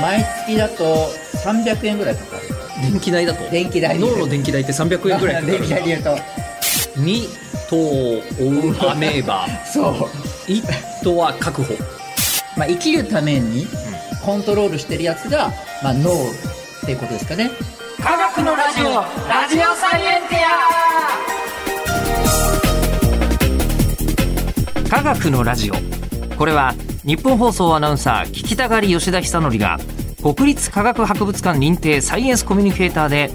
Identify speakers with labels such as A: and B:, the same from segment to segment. A: 毎月だと300円ぐらいかかる
B: 電気代だと
A: 電気代
B: 脳の電気代って300円ぐらいかか
A: 電気代
B: る
A: で言うと
B: 2頭を追うアメーバ
A: そう
B: 1頭は確保
A: まあ生きるためにコントロールしてるやつが、まあ、脳っていうことですかね
C: 科学のラジオラジオサイエンティ
D: 科学のラジオこれは日本放送アナウンサー聞きたがり吉田久典が国立科学博物館認定サイエンスコミュニケーターで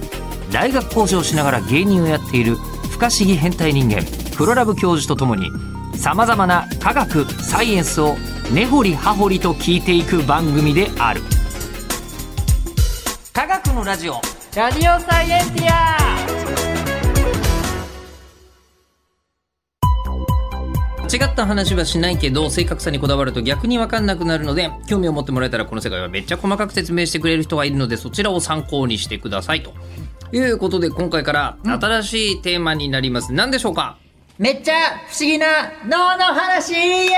D: 大学講師をしながら芸人をやっている不可思議変態人間プロラブ教授とともにさまざまな科学サイエンスを根掘り葉掘りと聞いていく番組である科学のラジオ
C: アラジオサイエンティア
B: 違った話はしないけど正確さにこだわると逆に分かんなくなるので興味を持ってもらえたらこの世界はめっちゃ細かく説明してくれる人がいるのでそちらを参考にしてくださいということで今回から新しいテーマになります、何でしょ うか
A: めっちゃ不思議な脳の話イエーイ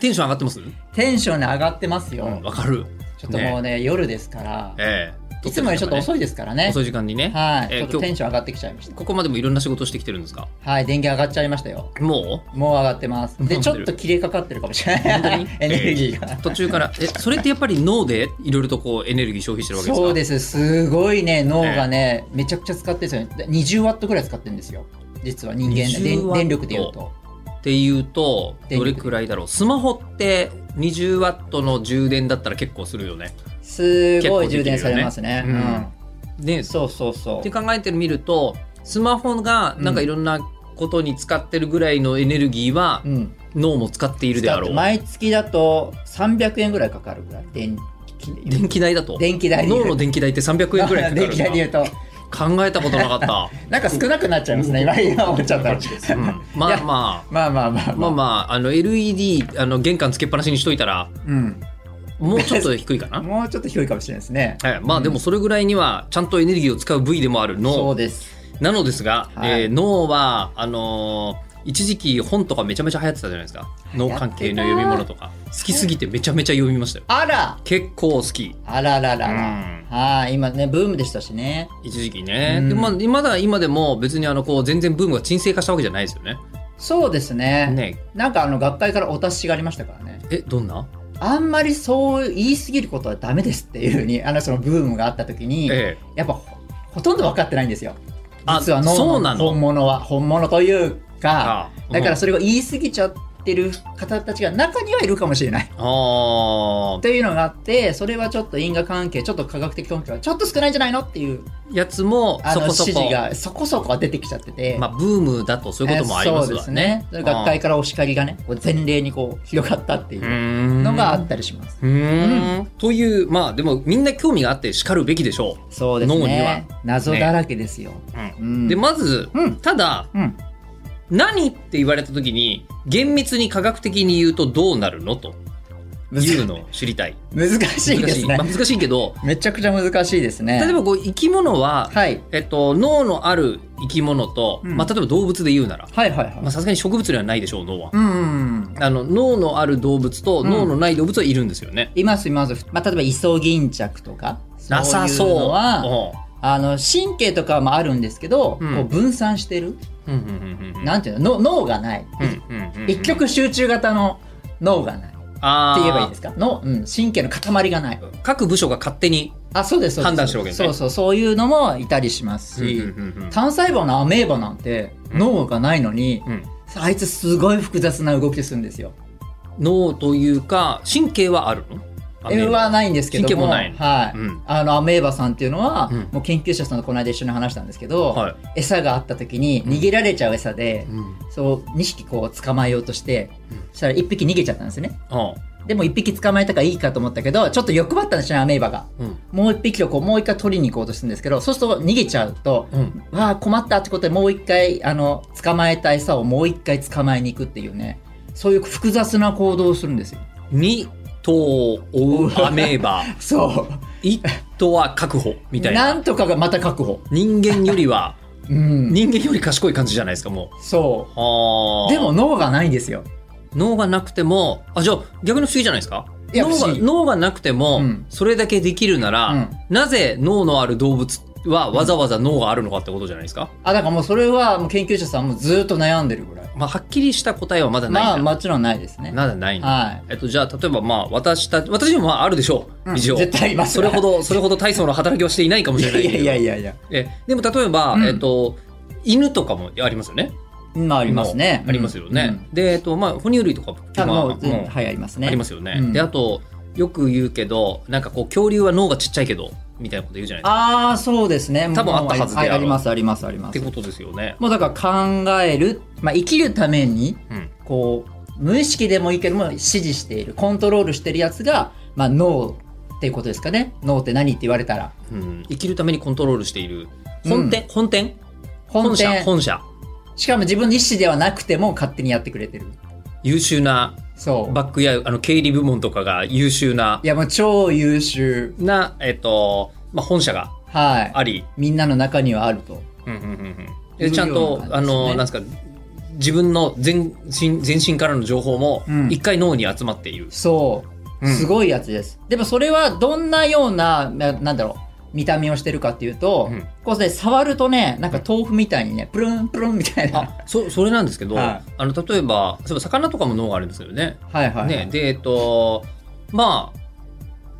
B: テンション上がってます
A: テンションね上がってますよ、
B: わかる
A: ちょっともうね夜ですから、
B: ええ
A: いつもよりちょっと遅いですからね
B: 遅い時間にね
A: はい、
B: え
A: ち
B: え
A: ょっとテン
B: 今日
A: ション上がってきちゃいました
B: ここまでもいろんな仕事してきてるんですか
A: はい電源上がっちゃいましたよ
B: もう
A: もう上がってますで
B: 飲ん
A: ち
B: でる
A: ょっと切れかかってるかもしれない
B: 本当に
A: エネルギー
B: え
A: が
B: え途中からえそれってやっぱり脳でいろいろとこうエネルギー消費してるわけですか
A: そうですすごいね脳がね、めちゃくちゃ使ってるんですよね20ワットぐらい使ってるんですよ実は人間で
B: 20
A: 電
B: ワット
A: 電力で言うと
B: っていうと
A: 電
B: ど
A: 力
B: れくらいだろうスマホって20ワットの充電だったら結構するよね。
A: すごい
B: 結構できるよね
A: 充電されますね
B: うんね
A: うん、そうそうそ
B: って
A: う
B: 考えてみるとスマホがなんかいろんなことに使ってるぐらいのエネルギーは
A: うん、
B: 脳も使っているであろう。
A: 毎月だと300円ぐらいかかるぐらい電気
B: 電気代だと
A: 電気代
B: 脳の電気代って300円くらいかか
A: 電気代で言
B: る
A: うと
B: な考えたことなかった。
A: なんか少なくなっちゃいますね今今思っちゃったら
B: うんま
A: い
B: あ
A: や
B: まあ
A: まあまあまあ
B: まあまああの LED あの玄関つけっぱなしにしといたら
A: うん
B: もうちょっと低いかな。
A: もうちょっと広いかもしれないですね
B: はい、まあでもそれぐらいにはちゃんとエネルギーを使う部位でもある脳
A: そうです
B: なのですが、
A: はい
B: えー脳はあのー一時期本とかめちゃめちゃ流行ってたじゃないですか脳関係の読み物とか好きすぎてめちゃめちゃ読みましたよ
A: あら
B: 結構好き
A: あらららら
B: うん
A: はい今ねブームでしたしね
B: 一時期ね、
A: うん
B: でまあ、まだ今でも別にあのこう全然ブームが沈静化したわけじゃないですよね
A: そうですね
B: ね
A: なんかあの学会からお達しがありましたからね
B: えどんな
A: あんまりそう言い過ぎることはダメですっていうふうにあのそのブームがあった時に、
B: ええ
A: やっぱほほとんど分かってないんですよ
B: あ
A: 実は
B: そ
A: 脳
B: うな
A: の
B: の
A: 本物は本物というか
B: ああ
A: だから
B: うん
A: それを言い過ぎちゃってる方たちが中にはいるかもしれない
B: あ
A: というのがあってそれはちょっと因果関係ちょっと科学的根拠がちょっと少ないんじゃないのっていう
B: ーやつも
A: あ
B: そ
A: の
B: こ
A: 指
B: そ
A: 示
B: こ、
A: がそこそこ出てきちゃってて、
B: まあ、ブームだとそういうこともありま
A: えー
B: すわ
A: そうです
B: ね
A: ねそれ学会からお叱りがねこう前例にこう広がったっていうの
B: の
A: があったりします
B: うーんというまあでもみんな興味があってしかるべきでしょ
A: そうです
B: 脳には
A: ね謎だらけですよ、
B: ね
A: うん
B: う。でまず、
A: うん
B: ただ
A: うん、
B: 何って言われた時に厳密に科学的に言うとどうなるのというのを知りたい。
A: 難しいですね
B: 難しいまあ難しいけど
A: めちゃくちゃ難しいですね
B: 例えばこう生き物は、
A: はい、
B: えっと、脳のある生き物と、
A: うん
B: まあ、例えば動物で言うなら
A: はいはいはい
B: まあさすがに植物にはないでしょう脳は。
A: うんうんうん
B: あの脳のある動物と
A: うん
B: 脳のない動物はいるんですよね。
A: いますいます、まあ、例えばイソギンチャクとか
B: なさ
A: い
B: そう
A: のは
B: おう
A: あの神経とかもあるんですけど、
B: うん
A: こう分散してる、
B: うんうんうんうん
A: なんていうのの脳がない、
B: うんうんうんうん
A: 一極集中型の脳がないって
B: あー
A: 言えばいいですかの、うん、神経の塊がない
B: 各部署が勝手に、
A: あそうですそうです
B: 判断してるわけですね
A: そうそうそういうのもいたりしますし、単細胞のアメーバなんて
B: うん
A: 脳がないのに、
B: うん
A: あいつすごい複雑な動きするんですよ。
B: 脳というか神経はあるのアメ
A: え
B: ーバ
A: はないんですけども
B: 神経もないの
A: はい
B: うん
A: あのアメーバさんっていうのは、
B: うん
A: もう研究者さんとこの間一緒に話したんですけど、
B: はい
A: 餌があった時に逃げられちゃう餌で、そう2匹こう捕まえようとして、
B: うん
A: そしたら1匹逃げちゃったんですね。
B: ああ
A: でも1匹捕まえたからいいかと思ったけどちょっと欲張ったんですよねアメーバが。
B: うん
A: もう1匹をこうもう一回取りに行こうとするんですけどそうすると逃げちゃうと、
B: うん
A: わあ困ったってことでもう一回あの捕まえた餌をもう一回捕まえに行くっていうねそういう複雑な行動をするんですよ
B: 2頭を追うアメーバ
A: そう
B: 1頭は確保みたい
A: な
B: なん
A: とかがまた確保
B: 人間よりは
A: うん
B: 人間より賢い感じじゃないですかもう
A: そ
B: あ
A: うで
B: ー
A: も脳がないんですよ
B: 脳がなくてもあじゃあ逆に不思議じゃないですか
A: いや
B: 脳
A: 不
B: が
A: 思議
B: 脳がなくても、
A: うん
B: それだけできるなら、
A: うん
B: なぜ脳のある動物はわざわざ脳があるのかってことじゃないですか、
A: あ、だからもうそれはもう研究者さんもずっと悩んでるぐらい。
B: まあ、はっきりした答えはまだないん
A: ま
B: だ、
A: あ、もちろんないですね。
B: まだないんだ
A: は
B: えっと、じゃあ、例えば、まあ、私たち、私にもまああるでしょう。
A: うん
B: 一応。
A: 絶対あります
B: それほど、それほど大層の働きをしていないかも
A: い。い
B: しれ
A: や
B: ない
A: い
B: け
A: や
B: ど。
A: いやいやいや。
B: え、でも、例えば、
A: うん
B: えっと、犬とかもありますよね。
A: まあ、ありますね
B: も。うありますよね。
A: うん。
B: で、えっと、まあ、哺乳類とかも、
A: あ、
B: まあ
A: もう、
B: もう
A: はい、ありますね。
B: ありますよね。
A: うん
B: で、あと、よく言うけど、なんかこう、恐竜は脳がちっちゃいけど、みたいなこと言うじゃないですか。
A: ああ、そうですね。
B: 多分あったはずで
A: もう
B: あろう
A: いあります、あります、ありま
B: って
A: す。
B: ことですよね。
A: もうだから考える、まあ、生きるために、
B: うん。
A: こう、無意識でもいいけども、指示している、コントロールしてるやつが、まあ、脳っていうことですかね。脳って何って言われたら。
B: うん生きるためにコントロールしている。本店、本店
A: 本
B: 社、
A: 店
B: 本社。
A: しかも自分の意思ではなくても勝手にやってくれてる。
B: 優秀な
A: そう。
B: バックやあの経理部門とかが優秀ない
A: や、もう超優秀。
B: な、えっとまあ、本社が
A: はい。
B: あり、
A: みんなの中にはあると。
B: うんうんうんうん
A: い
B: で
A: う
B: ちゃん
A: よう
B: と
A: な感じですね
B: あのなんですか自分の全身全身からの情報も
A: うん
B: 一回脳に集まっている、
A: そう。
B: うん
A: すごいやつです。でもそれはどんなような、ななんだろう、見た目をしてるかっていうと、
B: うん
A: こうね、触るとね、なんか豆腐みたいにね、プルンプルンみたいな。
B: あそそれなんですけど、
A: はい
B: あの例えばそう魚とかも脳があるんですよね。
A: はいはい。
B: ねでえっとまあ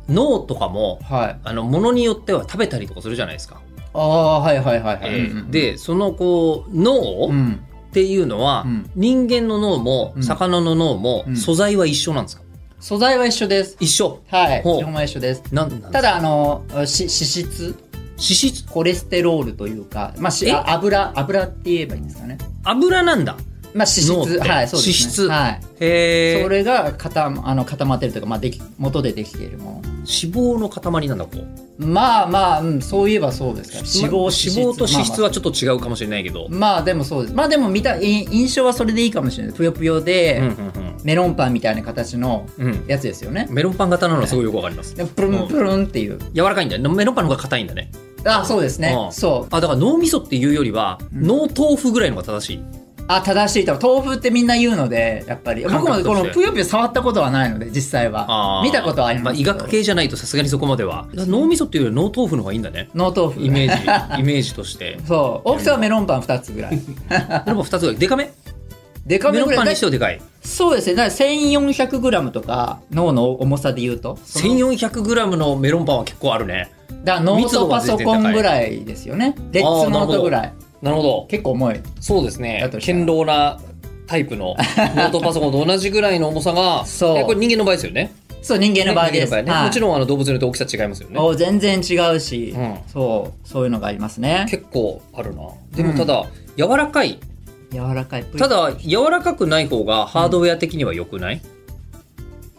B: 脳とかも
A: はい。
B: あの物によっては食べたりとかするじゃないですか。
A: ああ、はいはいはいはい。
B: えー
A: うんうん、
B: でそのこう脳、
A: うん。
B: っていうのは、
A: うん
B: 人間の脳も、
A: うん
B: 魚の脳も、
A: うん
B: 素材は一緒なんですか
A: 素材は一緒です。
B: 一緒
A: はい。
B: ほう
A: 基本は一緒です。
B: なんなんですか
A: ただ、あの、し脂質、
B: 脂質
A: コレステロールというか、まあ、し
B: え
A: あ油、油って言えばいいんですかね。
B: 油なんだ
A: まあ、脂質、
B: 脳って
A: はい、そうです、ね。
B: 脂質
A: はい。
B: へ
A: そ
B: え
A: れが固まあの固まってるというか、まあ、でき元でできているも
B: 脂肪の塊なんだこう
A: のまあまあ、うん、そういえばそうですから脂肪
B: ま脂肪と脂質は
A: ち
B: ちょっと違うかもしれないけど、
A: ょまあ、まあでもそうですまあでも見たい印象はそれでいいかもしれないぷよぷよで、
B: うん
A: メロンパンみたいな形の
B: うんうんうん
A: やつですよね、
B: メロンパン型なのはすごいよくわかります
A: でプルンプルンっていう、
B: 柔らかいんだよメロンパンの方が硬いんだね
A: あそうですね、
B: うん
A: そう
B: あだから脳みそっていうよりは、
A: うん
B: 脳豆腐ぐらいのが正しい
A: あ正しいと思う豆腐ってみんな言うのでやっぱり
B: 感
A: 僕
B: 覚
A: もこの
B: として
A: ぷよぷよ触ったことはないので実際
B: あ
A: は
B: ー
A: 見たことはあります
B: あ、医学系じゃないとさすがにそこまではだから脳みそっていうよりは脳豆腐の方がいいんだね
A: 脳豆腐
B: イメージイメージとして
A: そう大きさはメロンパン2つぐらい
B: でも2つぐらいでかめ
A: でか
B: メ
A: め
B: ロ
A: ぐ
B: ン
A: ら
B: パ
A: い
B: ンにしてはでかい
A: そうですね。だから1400グラムとか脳の重さで言うと。
B: 1400g のメロンパンは結構あるね
A: だからノートパソコンぐらいですよね。レッツノートぐらい。
B: なるほど
A: 結構重い。
B: そうですね
A: だとしたら
B: 堅牢なタイプ のノートパソコンと同じぐらいの重さが
A: そう
B: えこれ人間の場合ですよね
A: そう、人間の場合です。
B: 人間のね
A: はい
B: もちろんあの動物によって大きさ違いますよね
A: お全然違うし、
B: うん
A: そう、そういうのがありますね。
B: 結構あるなでもただ、柔らかい
A: 柔らかい。
B: た、だ柔らかくない方がハードウェア的には良くない、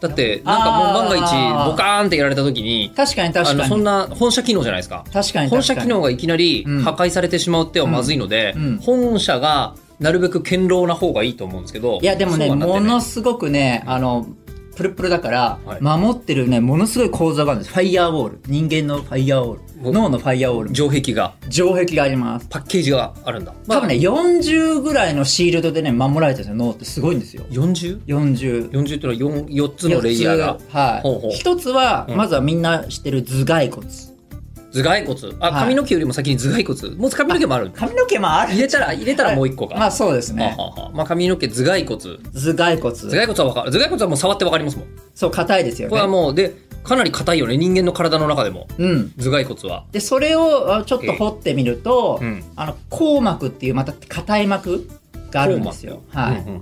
B: だってなんかもう万が
A: あ
B: 一
A: ー
B: ボカーンってやられた時に
A: 確かに
B: あ
A: 確
B: の
A: か
B: そん
A: に。
B: な本社機能じゃないですか
A: 確かに確かに。
B: 本社機能がいきなり
A: うん
B: 破壊されてしまうってはまずいので、
A: うんうん
B: 本社がなるべく堅牢な方がいいと思うんですけど
A: いや、でもね、
B: そうはなって
A: も
B: ない
A: のすごくね、あの、プルプルだから、
B: はい
A: 守ってるね、ものすごい構造があるんです。ファイヤーウォール。人間のファイヤーウォー
B: お
A: ル。脳のファイヤーウォール。
B: 城壁が
A: 城壁があります。
B: パッケージがあるんだ、
A: 多分ね、40ぐらいのシールドでね、守られてるんですよ、脳ってすごいんですよ。
B: 40?40
A: 40。
B: っていうのは 4, 4つのレイヤーが
A: 四つは
B: ほうほう
A: い。一つは、
B: うん
A: まずはみんな知ってる頭蓋骨。
B: 頭蓋骨あ、
A: はい
B: 髪の毛よりも先に頭蓋骨もう髪の毛 もある
A: 髪の毛もある。
B: 入れたら入れたらもう1個か、
A: まあそうです
B: は
A: ね
B: あ。はあはあまあ、髪の毛頭蓋骨頭
A: 頭蓋骨。
B: 蓋骨はわかる頭蓋骨はもう触ってわかりますもん
A: そう、硬いですよ
B: これは
A: ね。
B: もうでかなり硬いよね人間の体の中でも
A: うん。
B: 頭蓋骨は
A: で、それをあちょっと掘ってみると、
B: ええうん
A: あの、硬膜っていうまた硬い膜があるんですよ。はい。
B: うんうんうんうん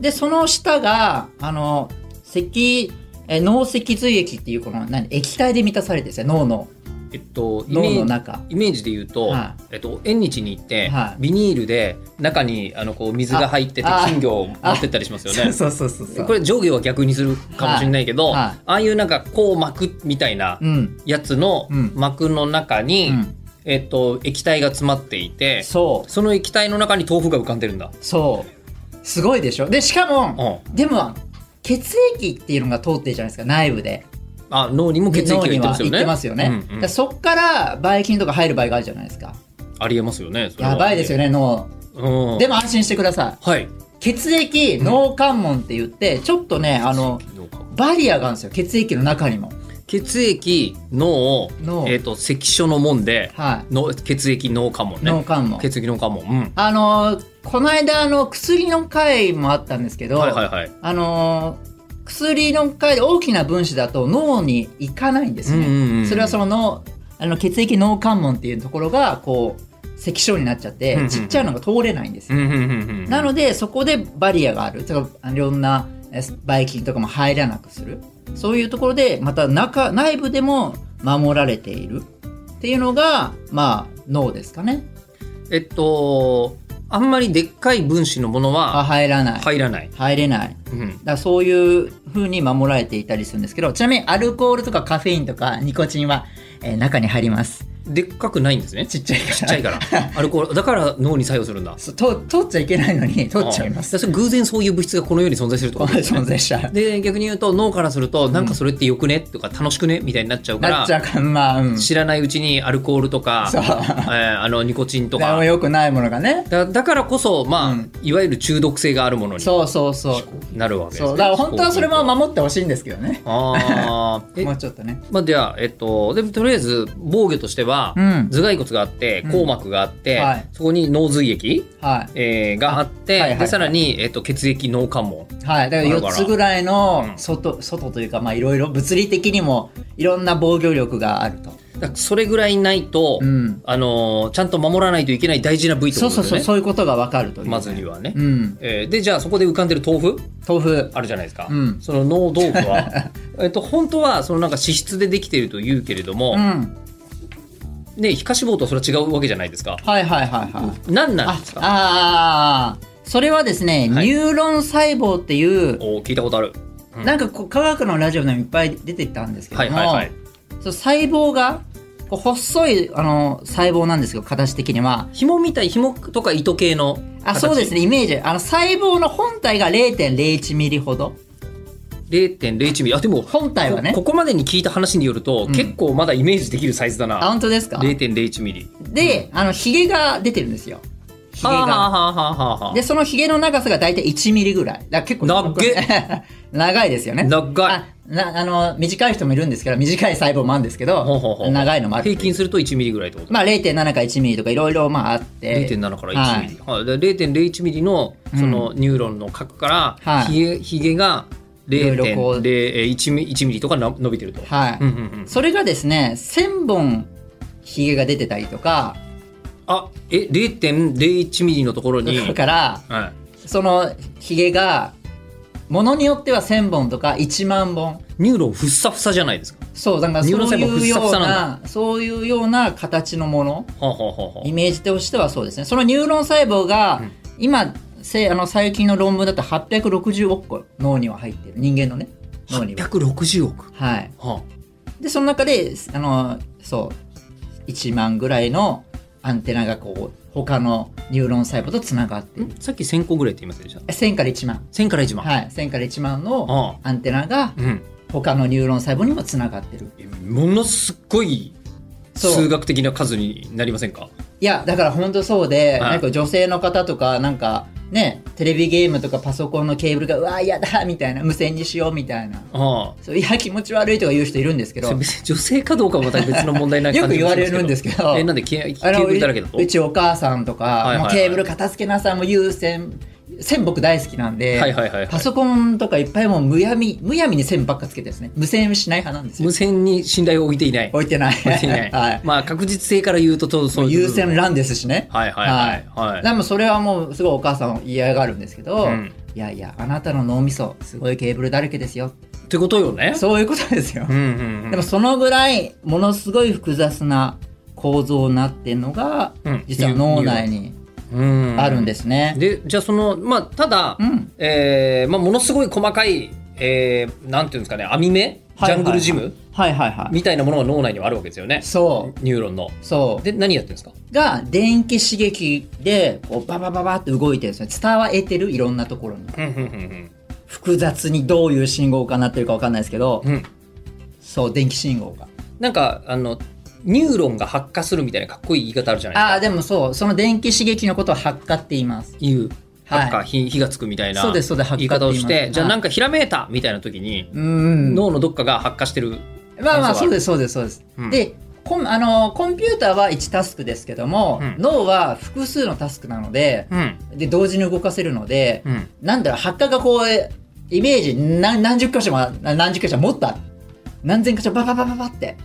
A: で、その下が、あの、脊、え脳脊髄液っていうこの何液体で満たされてるんですよ、脳の。
B: えっとイメ
A: 脳
B: ー
A: の
B: ジ
A: 中。
B: イメージで言うと、
A: は
B: えっと、縁日に行って、
A: はい
B: ビニールで中にあのこう水が入ってて
A: ああ
B: 金魚を持ってったりしますよね。
A: そうそうそうそう。
B: これ上下は逆にするかもしれないけ
A: は
B: ど、
A: いはい
B: ああいうなんかこう膜みたいな
A: うん。
B: やつの
A: うん
B: 膜の中に、
A: うん
B: えっと、液体が詰まっていてそ
A: そう、
B: の液体の中に豆腐が浮かんでるんだ。
A: そう。すごいでしょ。で、しかも、
B: う
A: でも、血液っていうのが通ってるじゃないですか、内部で。
B: あ脳にも血液が
A: 脳
B: いって
A: に
B: ま
A: は
B: すよ
A: 行
B: ね。
A: ってますよね。
B: うんうん
A: だからそっから、ばい菌とか入る場合があるじゃないですか。
B: ありえますよね。それは
A: やばいですよ。ね、脳。
B: うん、
A: でも安心してくださ
B: はい。
A: い。血液脳関門って言って、ちょっとね、あの、バリアがあるんですよ。血液の中にも。
B: 血液脳
A: 脳
B: えっ、と関所の門で、
A: はい。
B: の血液脳関門ね
A: 脳関門。
B: 血液脳関門うん
A: あの、この間、あの、薬の回もあったんですけど、
B: はいはいはい
A: あのー薬の回で大きな分子だと脳に行かないんですね。
B: うんうんうん
A: それはその脳あの血液脳関門っていうところがこう石症になっちゃって、
B: うんうん
A: ちっちゃいのが通れないんです
B: う
A: よ。
B: んうんうんうん
A: なのでそこでバリアがある。だからいろんなえばい菌とかも入らなくする。そういうところでまた中内部でも守られているっていうのがまあ脳ですかね。
B: えっとあんまりでっかい分子のもの
A: あ
B: は
A: 入らない。
B: 入らない、
A: 入れない。
B: うん
A: だからそういう風に守られていたりするんですけど、ちなみにアルコールとかカフェインとかニコチンは、えー中に入ります。
B: でっかくないんですねち
A: ちっちゃいから。ち
B: っちゃい からアルコールだから脳に作用するんだ
A: そうと取っちゃいけないのに取っちゃいま
B: あ
A: す。
B: それ偶然そういう物質がこの世に存在するってことですね
A: 存在しちゃう。
B: で逆に言うと脳からするとなんかそれってよくねとか楽しくねみたいになっちゃうか
A: な
B: ら
A: っちゃうから、まあ、うん。
B: 知らないうちにアルコールとか、え
A: そう
B: ーあのニコチンと
A: 何
B: か
A: も良くないものがね。
B: だだからこそまあ、
A: うん
B: いわゆる中毒性があるものに
A: そうそうそう。
B: なるわけです、ね、
A: そう。だから本当はそれも
B: あ
A: 守ってほしいんですけどね。
B: あー え
A: もうちょっとね。
B: まあ、では、えっと、でもとりあえず防御としては、
A: うん
B: 頭蓋骨があって
A: うん
B: 硬膜があって、
A: はい
B: そこに脳髄液、
A: は
B: えーがあって、
A: あはいはい
B: でさらに、えっと、血液脳関門
A: い。はい。だから
B: だ
A: 4
B: から
A: つぐらいうの
B: ん
A: 外、外というか、まあいろいろ物理的にもいろんな防御力があると。
B: だからそれぐらいないと、
A: うん。
B: あのーちゃんと守らないといけない大事な部位って
A: そ
B: こ
A: うそう
B: とです
A: そ
B: ね
A: う、そういうことがわかるという、
B: まずにはね、
A: うん。
B: えーでじゃあそこで浮かんでる豆腐
A: 豆腐。
B: あるじゃないですか、
A: うん
B: その脳豆腐 はえっと本当はそのなんか脂質でできているというけれども、
A: うん。
B: ね皮下脂肪とはそれは違うわけじゃないですか
A: はいはいはいはい。
B: 何なん
A: あ
B: です、か
A: あーそれはですね、
B: はい
A: ニューロン細胞っていう、
B: お聞いたことあるうん
A: なんかこう科学のラジオでもいっぱい出てたんですけど
B: は
A: も、
B: いはいはい
A: そう細胞が、こう細いあの細胞なんですけど、形的には。
B: 紐みたい紐とか糸系の
A: あそうです
B: ね
A: ね、イメージ。あの細胞の本体が0.01ミリほど。
B: 0.01ミリあでも
A: 本体はね。
B: こここまでに聞いた話によると、
A: うん
B: 結構まだイメージできるサイズだ
A: あ、
B: な
A: 本当ですか
B: 0.01ミリ
A: で、あの、ヒゲが出てるんですよ。ヒゲ
B: はあは
A: が。
B: あはあはあはあ
A: で、そのヒゲの長さが大体1ミリぐらい。だから結構
B: 長っ
A: 長い ですよね。
B: 長い
A: あなあの短い人もいるんですけど短い細胞もあるんですけど
B: ほうほうほう
A: 長いのもある
B: 平均すると1ミリぐらいってこと
A: まあ0.7か1ミリとかいろいろまああって
B: 0.7から1ミリ、はいで0.01ミリのそのニューロンの核から、
A: はい
B: ひげひげが
A: いろいろこう
B: 0.01ミリ1ミリとかな伸びてると。
A: はい、はい
B: うんうんうん、
A: それがですね1000本ヒゲが出てたりとか
B: あえ0.01ミリのところに、
A: だから
B: は
A: そのヒゲがものによっては1000本とか1万本
B: い、ニューロンふっさふさじゃないですか。
A: そうだから
B: ニュー
A: そ
B: ロ
A: う
B: ン細
A: い
B: 胞
A: う
B: ふっさ
A: よ
B: ふ
A: う
B: さ
A: な
B: な
A: そういうような形のもの
B: はあはあはあは
A: イメージとしてはそうですねそのニューロン細胞が、今せあの最近の論文だと860億個脳には入ってる人間のね
B: あ
A: 脳には。
B: 860億。
A: はい、
B: は
A: でその中であのそう1万ぐらいのアンテナがこう他のニューロン細胞とつながって
B: あ、
A: る
B: んさっき1000個ぐらいって言いませんでした
A: 1000から1万
B: ?1000 から1万。
A: はい1000から1万の
B: あ
A: アンテナが
B: あうん、
A: 他のニューロン細胞にもつながってる
B: えものすっごい
A: そう
B: 数学的な数になりませんか
A: いやだから本当そうで、
B: はい
A: なんか女性の方とかなんかねテレビゲームとかパソコンのケーブルがうわ嫌だみたいな無線にしようみたいな
B: ああ
A: そういや気持ち悪いとか言う人いるんですけど
B: それ別に女性かどうかはまた別の問題な
A: よ
B: 感
A: く
B: じ
A: 言
B: も
A: わ
B: しま
A: れるんですけど
B: えなんでケケ
A: あの
B: ーブルだらけだと
A: ううちお母さんとか、
B: いはいはい
A: もうケーブル片付けなさいもう優先線僕大好きなんで、
B: はいはいはいはい
A: パソコンとかいっぱいもうむやみむやみに線ばっかつけてですね無線しない派なんですよ
B: 無線に信頼を置いて いない。
A: 置いてない
B: 置いていない。
A: はい、
B: まあ確実性から言うと、とそういう
A: 優
B: 部分。
A: 先欄ですしね
B: はいはいはいはい
A: でもそれはもうすごいお母さんは嫌がるんですけど、
B: うん
A: いやいやあなたの脳みそすごいケーブルだらけですよ
B: ってことよね。
A: そういうことですよ、
B: うんうんうん。
A: でもそのぐらいものすごい複雑な構造になってるのが、
B: うん
A: 実は脳内に
B: うん
A: あるんですね、
B: で、じゃあその、まあただ、
A: うん
B: えーまあものすごい細かい、えーなんていうんですかね、網目、ジ
A: はい
B: ャングルジム
A: はいはいはい。
B: みたいなものが脳内にはあるわけですよね。
A: そ
B: ニューロンの。
A: う。そう。
B: で、何やってるんですか
A: が、電気刺激で、こう、ババババって動いてるんですね。伝わえてる、いろんなところに。
B: うんうんうん
A: 複雑にどういう信号がなってるかわかんないですけど
B: う、ん。うん。
A: そう、電気信号が。
B: なんか、あの、ニューロンが発火するみたいなかっこいい言い方あるじゃないです
A: あ
B: か。
A: あ、でもそう、その電気刺激のことを発火って言います。
B: いう。ハッカー、
A: は
B: 火火がつくみたいな
A: そうですそうです
B: 言い方をし
A: 発火って言い
B: て
A: ます
B: じゃあ
A: はい
B: なんかひらめいたみたいな時に、
A: うん
B: 脳のどっかが発火してる
A: まあまあ
B: 感想はあ
A: そう
B: る
A: ですそうですそうです、
B: うん
A: でコンあのコンピューターは1タスクですけども、
B: うん
A: 脳は複数のタスクなので
B: うん
A: で同時に動かせるので、
B: うん
A: なんだろう発火がこうえイメージ何何十箇所もな何十箇所もっとある何千箇所バババババって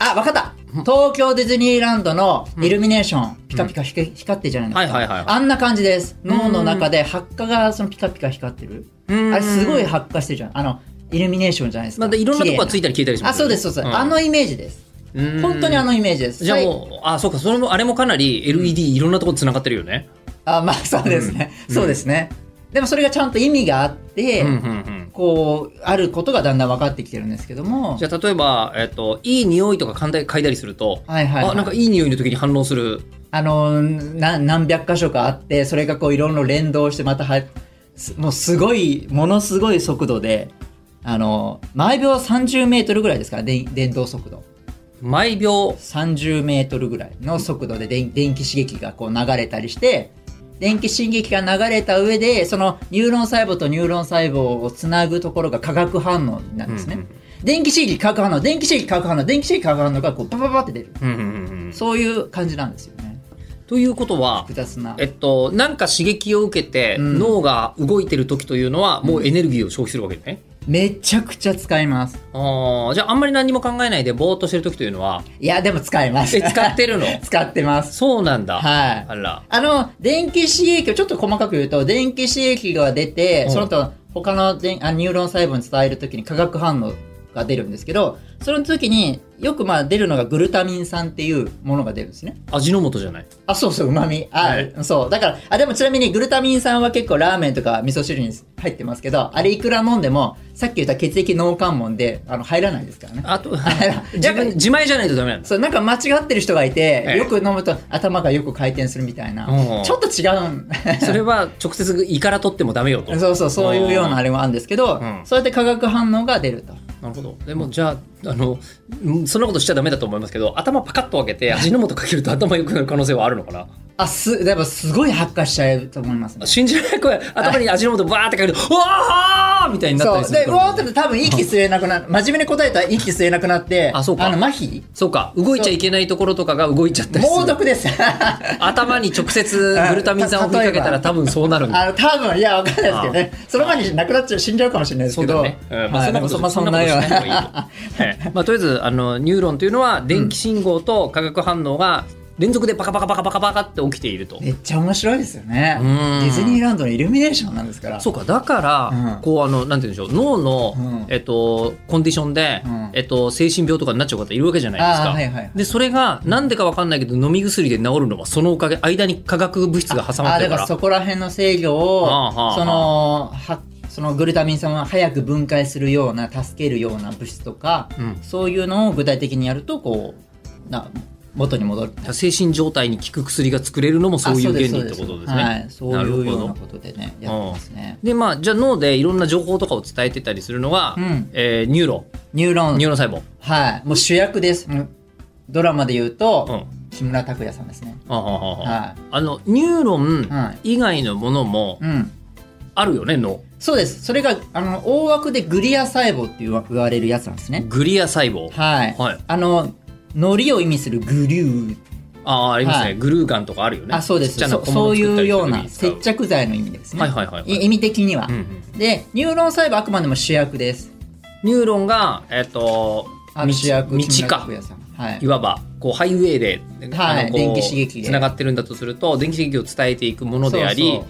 A: あわかった東京ディズニーランドのイルミネーション、ピカピカひか光ってるじゃないですか、
B: はいはいはい
A: あんな感じです脳の中で発火がそのピカピカ光ってるあれすごい発火してるじゃんあのイルミネーションじゃないです
B: ま
A: か、
B: あ、でいろんなとこがついたり消えたりしま
A: あ
B: す
A: そ
B: よ
A: う
B: ね
A: ですそうです、
B: ん
A: あのイメージです
B: うん
A: 本当にあのイメージです
B: じゃあ
A: う
B: もうあそうかそれもあれもかなり LED いろんなとこつながってるよね
A: あまあそうですね、
B: うん
A: そうですねでもそれがちゃんと意味があって、
B: うんうんうん
A: こうあることがだんだん分かってきてるんですけども
B: じゃあ例えば、えっと、いい匂いとか嗅いだり嗅いだりすると、
A: はいはいはい
B: あなんかいい匂いの時に反応する
A: あのな何百箇所かあってそれがこういろいろ連動してまたはすもうすごいものすごい速度であの毎秒30メートルぐらいですからで電動速度
B: 毎秒
A: 30メートルぐらいの速度で電電気刺激がこう流れたりして電気刺激が流れた上でそのニューロン細胞とニューロン細胞をつなぐところが化学反応なんですね、
B: うんうん
A: 電気刺激化学反応電気刺激化学反応電気刺激化学反応がこうパパパって出る
B: うんうんうんうん
A: そういう感じなんですよね
B: ということは
A: 複雑な
B: えっと、なんか刺激を受けて、
A: うん
B: 脳が動いてる時というのはもうエネルギーを消費するわけね、
A: めちゃくちゃ使います
B: あーじゃああんまり何も考えないでぼーっとしてる時というのはい
A: やでも使います
B: え使ってる の
A: 使ってます
B: そうなんだ、
A: はい
B: あら
A: あの、電気刺激をちょっと細かく言うと、電気刺激が出て、
B: うん
A: その後、他のでんあニューロン細胞に伝えるときに化学反応が出るんですけど、その時によくまあ出るのがグルタミン酸っていうものが出るんですね。
B: 味の素じゃない
A: あ、そうそう、旨味。あ、
B: はい
A: そう。だから、あ、でもちなみにグルタミン酸は結構ラーメンとか味噌汁に入ってますけど、あれいくら飲んでも、さっき言った血液脳関門で、あの、入らないですからね。
B: あと
A: ら
B: 自分自前じゃないとダメなんだ
A: そうなんか間違ってる人がいて、
B: ええ
A: よく飲むと頭がよく回転するみたいな、
B: うん
A: ちょっと違うん
B: それは直接胃から取ってもダメよと
A: そうそうそういうようなあれもあるんですけど、
B: うん
A: そうやって化学反応が出ると
B: なるほどでもじゃああのうんそんなことしちゃダメだと思いますけど頭パカッと開けて味の素かけると頭良くなる可能性はあるのかな
A: あすでもすごい発火しちゃうと思いますね
B: 信じられない声頭に味の素バーってかけると「うわー!」みたいになった
A: そ
B: り
A: うで
B: するか
A: う
B: ら
A: わーって多分息吸えなくなる真面目に答えたら息吸えなくなって
B: あそうか
A: の麻痺
B: そうか動いちゃいけないところとかが動いちゃったりす
A: 猛
B: る
A: 毒です
B: 頭に直接グルタミン酸を振りかけたら
A: 例えば
B: 多分そうなるん だ
A: あの多分いやわかんないですけどねその前になくなっちゃう死んじゃうかもしれないですけ
B: そう
A: ど
B: だねうんまあ
A: はい
B: そ
A: で
B: んなこ
A: も
B: と
A: そまあそんなよう
B: そんな ことしない方
A: な
B: はいまあ、とりあえずあのニューロンというのは電気信号と化学反応が連続でパカパカパカパカパカって起きていると。
A: めっちゃ面白いですよね
B: う
A: デ
B: ん
A: ィズニーランドのイルミネーションなんですから
B: そうかだから、
A: うん
B: こうあのなんて言うんでしょう脳の、
A: うん
B: えっと、コンディションで、
A: うん
B: えっと、精神病とかになっちゃう方いるわけじゃないです
A: あ
B: か。
A: ーはいはいはい
B: でそれがなんでかわかんないけど飲み薬で治るのはそのおかげ間に化学物質が挟ま
A: あ
B: ってる
A: だから
B: か
A: らそこら辺の制御を
B: はあはあはあ
A: そのはそのグルタミン酸を早く分解するような助けるような物質とか、
B: うん
A: そういうのを具体的にやるとこうな元に戻る
B: 精神状態に効く薬が作れるのもそういう
A: あ
B: 原
A: で
B: 理
A: す
B: ってことですね。
A: そうですはい、そういうよう
B: なる
A: な
B: ほど
A: ことでねやってますね、
B: でまあじゃあ脳でいろんな情報とかを伝えてたりするのが、
A: うん
B: えーニューロ
A: ニューロ
B: ン
A: ン
B: ニューロン細胞。
A: はいもう主役です、うんドラマで言うと、
B: うん
A: 木村拓哉さんですね
B: ああああああ
A: はい
B: あのニューロ
A: は
B: ン以外のものも
A: うん
B: あるよね脳
A: そうですそれがあの大枠でグリア細胞って言わ言われるやつなんですね
B: グリア細胞
A: はい、
B: はい
A: あの糊を意味するグリュー
B: ああありますね、
A: はい
B: グルーガンとかあるよね
A: あそうです
B: ちっちゃな
A: そ
B: 小物
A: そうい
B: 作
A: う
B: ったりする
A: よう
B: 時
A: な
B: に使
A: 接着剤の意味ですね、
B: はいはいはいはい
A: 意味的には、
B: うんうん
A: でニューロン細胞はあくまでも主役です
B: ニューロンがえっ、と
A: あの主役
B: 道
A: 木
B: 道
A: 村
B: か
A: 拓哉さんはい
B: いわばこうハイウェイで、
A: はい
B: あのこう
A: 電気刺激で
B: つながってるんだとすると電気刺激を伝えていくものであり
A: そう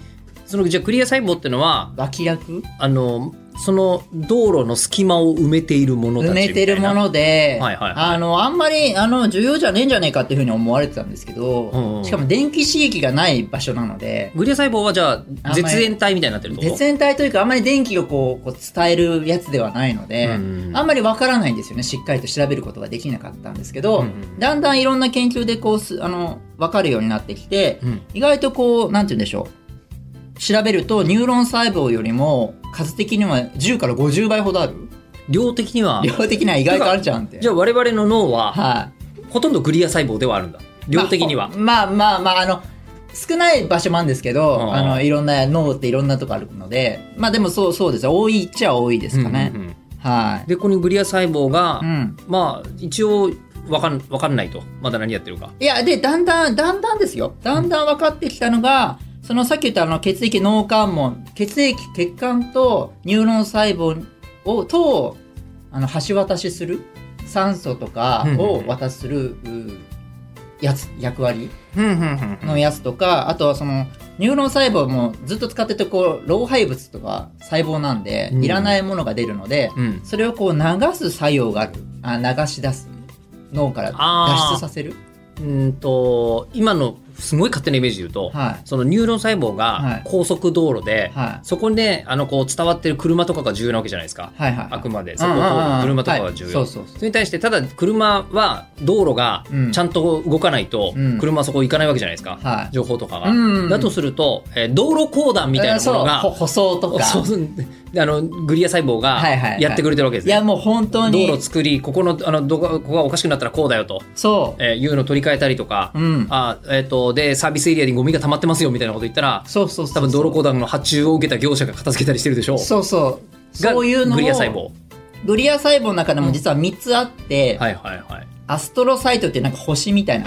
B: そのじゃあクリア細胞ってのは
A: 脇役
B: あのその道路の隙間を埋めているものたち
A: 埋
B: みた
A: め
B: いな
A: てるもので、
B: はいはいはい
A: あのあんまりあの重要じゃねえんじゃねえかっていうふうに思われてたんですけど、
B: うんうん
A: しかも電気刺激がない場所なので
B: グリア細胞はじゃ
A: あんま
B: あ
A: り
B: 絶縁体みたいになってるってこと
A: 絶縁体というかあんまり電気をこうこう伝えるやつではないので、
B: うん
A: あんまりわからないんですよねしっかりと調べることができなかったんですけど、
B: うんうん
A: だんだんいろんな研究でこうすあの分かるようになってきて、
B: うん
A: 意外とこうなんて言うんでしょう調べるとニューロン細胞よりも数的には10から50倍ほどある
B: 量的には
A: 量的には意外とあるじゃんって。
B: じゃあ我々の脳は
A: はい
B: ほとんどグリア細胞ではあるんだ量的には、
A: まあ、まあまあまああの少ない場所もあるんですけど、
B: うん
A: あの、いろんな、脳っていろんなとこあるので、まあでもそう、そうですよ。多いっちゃ多いですかね。
B: うんうんうん
A: はい。
B: でここにグリア細胞が、
A: うん。
B: まあ一応わかんわかんないとまだ何やってるか
A: いや、で、だんだん、だんだんですよ。だんだん分かってきたのが、そのさっき言ったあの血液脳関門、血液血管とニューロン細胞を、と、あの、橋渡しする、酸素とかを渡しする、うやつ、役割のやつとか、あとはその、ニューロン細胞もずっと使ってて、こう、老廃物とか細胞なんで、
B: うん
A: いらないものが出るので、
B: うん
A: それをこう流す作用がある。あ流し出す。脳から脱
B: あー
A: 出させる。
B: うんと今のすごい勝手なイメージで言うと、
A: はい
B: そのニューロン細胞
A: は
B: が
A: い
B: 高速道路で、
A: はい
B: そこであのこう伝わってる車とかが重要なわけじゃないですか、
A: はいはいはい。
B: あくまで
A: ん
B: そこを通る
A: うんうん
B: 車とかが
A: は
B: 重要、
A: いそうそうそう
B: れに対してただ車は道路が
A: うん
B: ちゃんと動かないと、
A: うん
B: 車はそこ行かないわけじゃないですか、
A: はい
B: 情報とかが、
A: うんうんうん
B: だとすると、えー道路公団みたいなものが、
A: えーそうほ舗装とか。
B: そうそうあのグリア細胞が
A: はいはいはい
B: やってくれてるわけです
A: い
B: ね、
A: やもう本当に。
B: 道路作りここのあのどこここがおかしくなったらこうだよと、
A: そう。
B: えーいうのを取り替えたりとか、
A: うん
B: あえー、とでサービスエリアにゴミが溜まってますよみたいなこと言ったら
A: そうそうそう。
B: 多分道路公団の発注を受けた業者が片付けたりしてるでしょう
A: そうそう。
B: が
A: そういうのを
B: グリア細胞
A: グリア細胞の中でも実は3つあって、
B: はいはいはい
A: アストロサイトっていうなんか星みたいな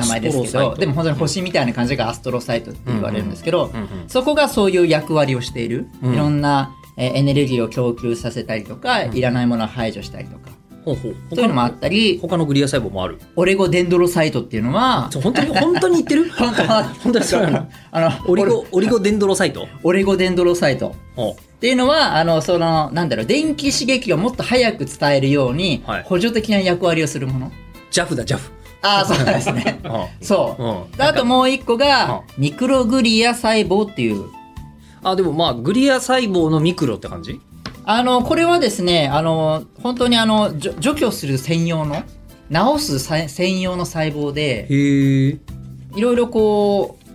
A: 名前です
B: ア
A: け
B: ストロサイ
A: ど
B: ト
A: でも本当に星みたいな感じがアストロサイトって言われるんですけど、
B: んうんうん
A: そこがそういう役割をしている、
B: うん
A: いろんなえーエネルギーを供給させたりとか、いらないものを排除したりとか、
B: ほうほう
A: そういうのもあったり
B: 他のグリア細胞もある
A: オレゴデンドロサイトっていうのは
B: そう本当 に本当に言ってる
A: 本当は
B: 本当にそう な の
A: あの
B: オリゴオリゴデンドロサイト
A: オレゴデンドロサイト
B: お
A: っていうのはあのそのなんだろう電気刺激をもっと早く伝えるように、
B: はい
A: 補助的な役割をするもの
B: ジャフだジャフ
A: ああそうですね
B: あ
A: そう、
B: うん
A: であともう一個が
B: う
A: ミクログリア細胞っていう
B: あでもまあグリア細胞のミクロって感じ
A: あのこれはですねあの本当にあの除除去する専用の治すさい専用の細胞で
B: へえ
A: いろいろこう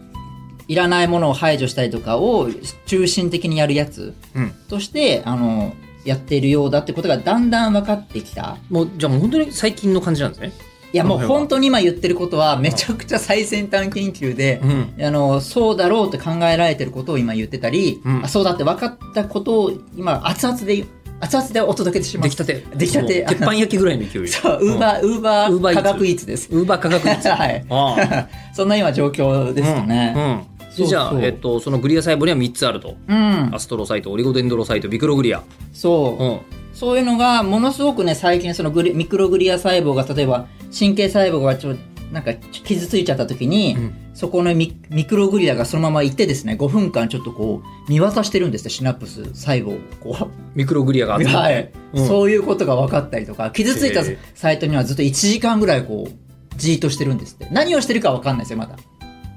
A: いらないものを排除したりとかを中心的にやるやつ
B: うん
A: としてあのやっているようだってことがだんだん分かってきた
B: もうじゃあもう本当に最近の感じなんですね
A: いやもう
B: この辺は
A: 本当に今言ってることはめちゃくちゃ最先端研究で、あのそうだろうって考えられてることを今言ってたり、
B: うん
A: あそうだって分かったことを今熱々で熱々でお届けしま
B: 出来
A: す。
B: たて
A: 出来たて
B: もう鉄板焼きぐらいの勢い
A: そうウーバーウーバ
B: Uber
A: ー
B: Eats
A: 科学イーツです。
B: ウーバー科学率
A: はい
B: ああ
A: そんな今状況ですかね。
B: うん
A: そうそう
B: じゃあ、えっと、そのグリア細胞には3つあると、
A: うん、
B: アストロサイトオリゴデンドロサイトビクログリア、
A: そう、
B: うん、
A: そういうのがものすごくね最近そのグリミクログリア細胞が例えば神経細胞がちょなんか傷ついちゃった時に、
B: ん
A: そこのミミクログリアがそのまま行ってですね5分間ちょっとこう見渡してるんですよシナプス細胞をこ
B: ミクログリアが
A: う、
B: 集まっ
A: は
B: て
A: い
B: うん
A: そういうことが分かったりとか傷ついた
B: へえ
A: サイトにはずっと1時間ぐらいこうじーっとしてるんですって何をしてるか分かんないですよまだ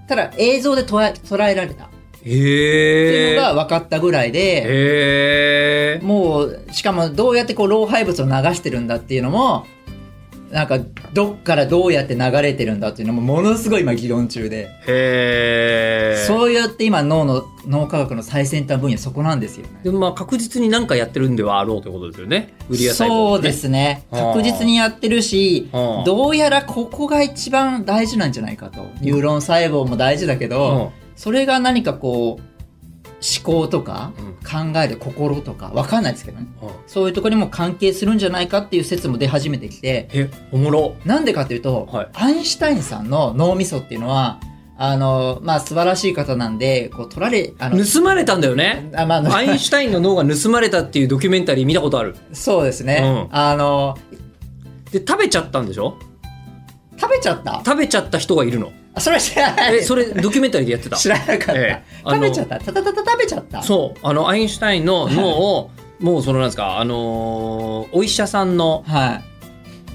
A: ただ映像で捉え捉えられたって
B: へえ
A: いうのが分かったぐらいで、
B: へえ
A: もうしかもどうやってこう老廃物を流してるんだっていうのもなんかどっからどうやって流れてるんだっていうのもものすごい今議論中で、
B: へえ
A: そうやって今脳の脳科学の最先端分野そこなんですよね
B: でもまあ確実に何かやってるんではあろうということですよねグリア細胞もね
A: そうですね
B: あー
A: 確実にやってるし
B: あー
A: どうやらここが一番大事なんじゃないかとニューロン細胞も大事だけど、それが何かこう思考とか考える心とかわかんないですけどね
B: うんうん
A: そういうところにも関係するんじゃないかっていう説も出始めてきて、
B: えおもろ
A: なんでかというと、
B: はい
A: アインシュタインさんの脳みそっていうのは、あの、まあ、素晴らしい方なんで、こう、取られ、あの、
B: 盗まれたんだよね
A: あまあ
B: アインシュタインの脳が盗まれたっていうドキュメンタリー見たことある
A: そうですね、
B: う
A: あの、
B: で食べちゃったんでしょ
A: 食べちゃった
B: 食べちゃった人がいるの
A: あそれは知らない。
B: えそれドキュメンタリーでやってた
A: 知らなかった。
B: ええあ
A: 食
B: の
A: べちゃった。たたたた食べちゃった。
B: そうあのアインシュタインの脳をもうそのなんですかあのーお医者さんの
A: はい。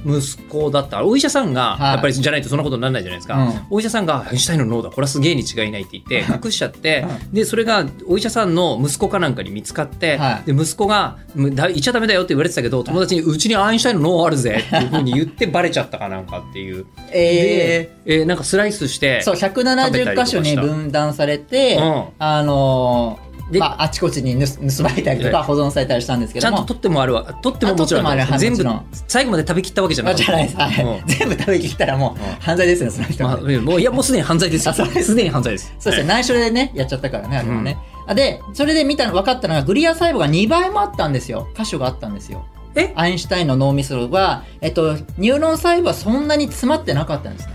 B: 息子だったお医者さん
A: は
B: が
A: い
B: やっぱりじゃないとそんなことにならないじゃないですか、
A: うん
B: お医者さんが「アインシュタインの脳だこれはすげえに違いない」って言って隠しちゃってでそれがお医者さんの息子かなんかに見つかって、
A: はい
B: で息子がむだ「言っちゃダメだよ」って言われてたけど友達に「うちにアインシュタインの脳あるぜ」っていうふうに言ってバレちゃったかなんかっていう。
A: え
B: で、えーなんかスライスして
A: ー、そう、
B: 食べたりと
A: 170
B: か
A: 箇所
B: し
A: に
B: た
A: 分断されて、
B: うん
A: あの
B: で
A: まあ、あちこちに盗盗まれたりと
B: は
A: か保存されたりしたんですけ
B: ちゃ
A: ど
B: ん
A: も
B: と取ってもあるわ取ってももちろん
A: あ取ってもある
B: 全部
A: もち
B: 最後まで食べきったわけじゃな
A: あ
B: い
A: じゃないです、はい
B: うん
A: 全部食べきったらもう犯罪ですねその人は
B: まあ、もういやもうすでに犯罪ですよ
A: あそうです
B: すでに犯罪です
A: そうですね、内緒でね、やっちゃったからね、あれはね。あで、それで見たの、分かったのが、グリア細胞が2倍もあったんですよ。箇所があったんですよ。
B: え
A: アインシュタインの脳みそは、えっと、ニューロン細胞はそんなに詰まってなかったんですね。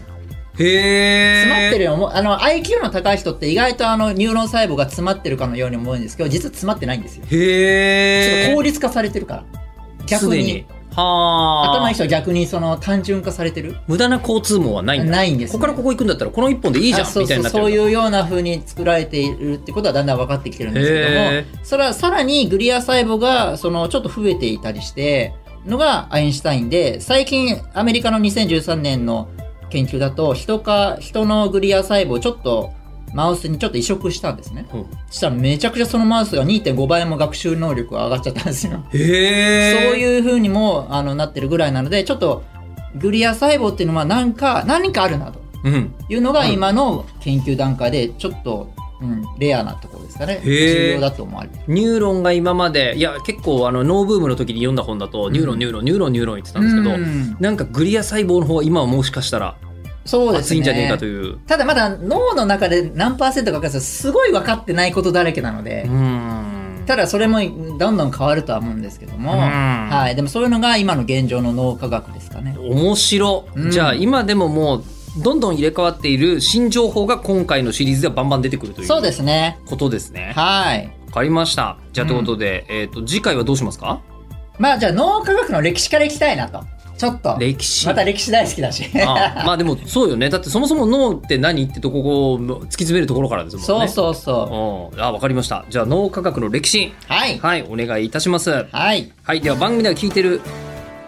B: へえ
A: 詰まってるように思うあの、IQ の高い人って意外とあの、ニューロン細胞が詰まってるかのように思うんですけど、実は詰まってないんですよ。ちょっと
B: へえ
A: 効率化されてるから。逆
B: すで
A: に。
B: にはあ
A: 頭の人は逆にその単純化されてる。
B: 無駄な交通網はないんだ
A: ないんです
B: こ
A: ね
B: こからここ行くんだったらこの一本でいいじゃ
A: あ
B: ん
A: そう
B: みたいになって
A: そう
B: る
A: そう
B: う
A: いうような風に作られているってことはだんだん分かってきてるんです
B: へ
A: けどもそれはさらにグリア細胞がそのちょっと増えていたりしてのがアインシュタインで最近アメリカの2013年の研究だと人か人のグリア細胞をちょっとマウスにちょっと移植したんですね
B: うん
A: したらめちゃくちゃそのマウスが2.5倍も学習能力が上がっちゃったんですよ
B: へえ
A: そういう風にもあのなってるぐらいなのでちょっとグリア細胞っていうのは何か何かあるなと
B: うん
A: いうのが今の研究段階でちょっと、うん、レアなところですかね
B: へー
A: 重要だと思われてる
B: ニューロンが今までいや結構あのノーブームの時に読んだ本だとニューロンニューロンニューロンニューロン言ってたんですけど、
A: うん
B: なんかグリア細胞の方は今はもしかしたら
A: そうです
B: 熱
A: ね
B: いんじゃねえかという
A: ただまだ脳の中で何パーセントか分かんないですすごい分かってないことだらけなので、
B: うん
A: ただそれもどんどん変わるとは思うんですけども、
B: うん
A: はい、でもそういうのが今の現状の脳科学ですかね
B: 面白、
A: うん
B: じゃあ今でももうどんどん入れ替わっている新情報が今回のシリーズではバンバン出てくるという
A: そうですね
B: ことですねわ
A: はい
B: かりましたじゃあということで、えっと次回はどうしますか
A: まあじゃあ脳科学の歴史からいきたいなとちょっと
B: 歴史
A: また歴史大好きだし
B: あまあでもそうよねだってそもそも脳って何ってとここを突き詰めるところからですもん ね
A: そうそうそう
B: うんあわかりましたじゃあ脳科学の歴史
A: はい
B: はいお願いいたします
A: はい
B: はいでは番組では聞いてる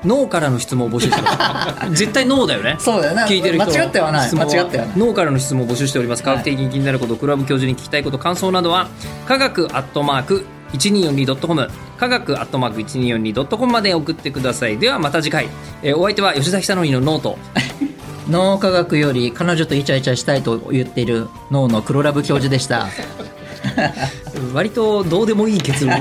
B: 脳からの質問を募集してます 絶対脳だよね
A: そうだよね
B: 聞いてる人の
A: 間違ってはない
B: 質問
A: 間違ってはない
B: 脳からの質問を募集しております科学的に気になること、クラブ教授に聞きたいこと感想などは科学アットマーク 1242.com 科学アットマーク 1242.com まで送ってくださいではまた次回、えーお相手は吉田久典のノート
A: 脳科学より彼女とイチャイチャしたいと言っている脳の黒ラブ教授でした。
B: 割とどうでもいい結論